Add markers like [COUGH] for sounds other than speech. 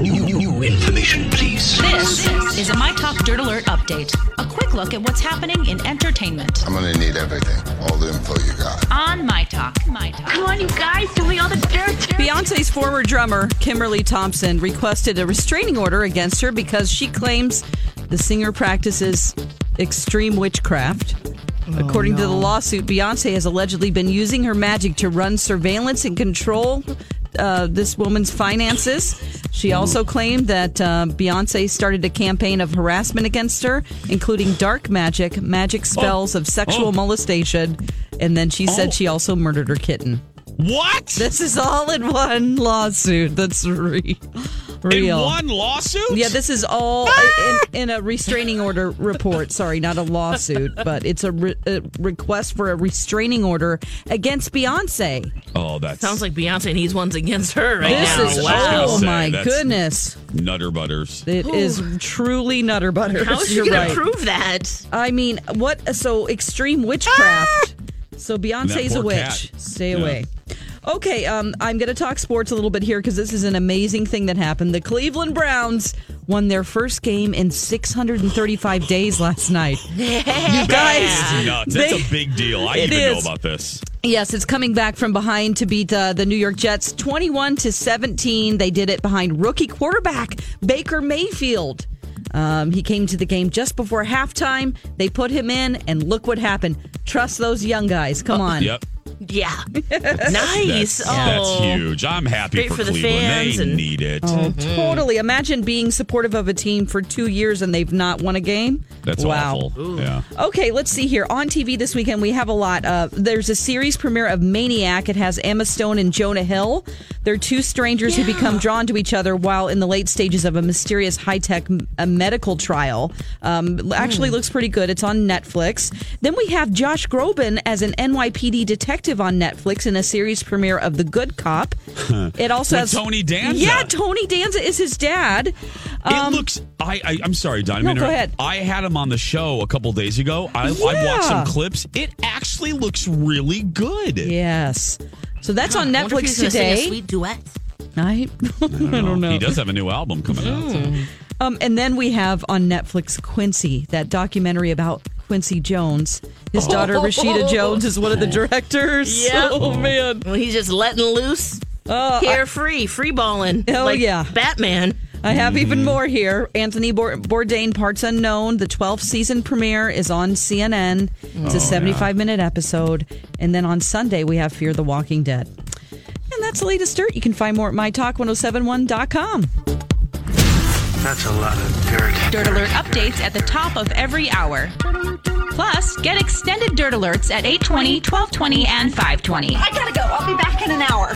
New, new, new information, please. This is a My Talk Dirt Alert update. A quick look at what's happening in entertainment I'm gonna need everything, all the info you got. on My Talk. My Talk. Come on, you guys, do me all the dirt. Beyonce's former drummer, Kimberly Thompson, requested a restraining order against her because she claims the singer practices extreme witchcraft. According to the lawsuit, Beyonce has allegedly been using her magic to run surveillance and control uh, this woman's finances. She also claimed that uh, Beyonce started a campaign of harassment against her, including dark magic, magic spells of sexual molestation, and then she said Oh. she also murdered her kitten. What? This is all in one lawsuit. That's re- in real. one lawsuit? yeah, this is all Ah! in, in a restraining order report. Sorry, not a lawsuit, but it's a, re- a request for a restraining order against Beyonce. oh, that's Sounds like Beyonce needs ones against her right This now. is I wow. was oh gonna my say, that's- goodness! nutter butters. It is truly nutter butter. How is she You're going right. to prove that? I mean, what? So extreme witchcraft. So And that Beyonce's a poor witch. cat. Stay Yeah. away. Okay, um, I'm going to talk sports a little bit here because this is an amazing thing that happened. The Cleveland Browns won their first game in 635 days last night. You guys, That's nuts. That's they- a big deal. I It even know is. about this. Yes, it's coming back from behind to beat uh, the New York Jets 21 to 17. They did it behind rookie quarterback Baker Mayfield. Um, he came to the game just before halftime. They put him in, and look what happened. Trust those young guys. Come on. Yep. Yeah. [LAUGHS] nice. That's, oh. that's huge. I'm happy Great for, for the Cleveland. fans they and- need it. Totally. Imagine being supportive of a team for two years and they've not won a game. That's wow. awful. Yeah. Okay, let's see here. On TV this weekend, we have a lot. Uh, there's a series premiere of Maniac. It has Emma Stone and Jonah Hill. They're two strangers who become drawn to each other while in the late stages of a mysterious high tech medical trial. Um, actually, looks pretty good. It's on Netflix. Then we have Josh Groban as an NYPD detective on Netflix in a series premiere of The Good Cop. It also With has Tony Danza. Yeah, Tony Danza is his dad. Um, it looks. I, I. I'm sorry, Don. I'm No, go interrupting. ahead. I had him on the show a couple days ago. I, I Yeah. watched some clips. It actually looks really good. yes. So that's on I wonder if Netflix he's gonna sing today. a sweet duet. I, I don't know. He does have a new album coming out. so- Um, and then we have on Netflix Quincy, that documentary about Quincy Jones. His daughter Rashida Jones is one of the directors. Yeah. Oh man. Well, he's just letting loose. Carefree, free balling. Oh, like yeah. Batman. I have even more here. Anthony Bour- Bourdain, Parts Unknown, the 12th season premiere is on CNN. It's a 75 minute episode. And then on Sunday, we have Fear the Walking Dead. And that's the latest dirt. You can find more at mytalk1071.com. That's a lot of dirt. Dirt Alert updates at the top of every hour. Plus, get extended Dirt Alerts at 820, 1220, and 520. I gotta go. I'll be back in an hour.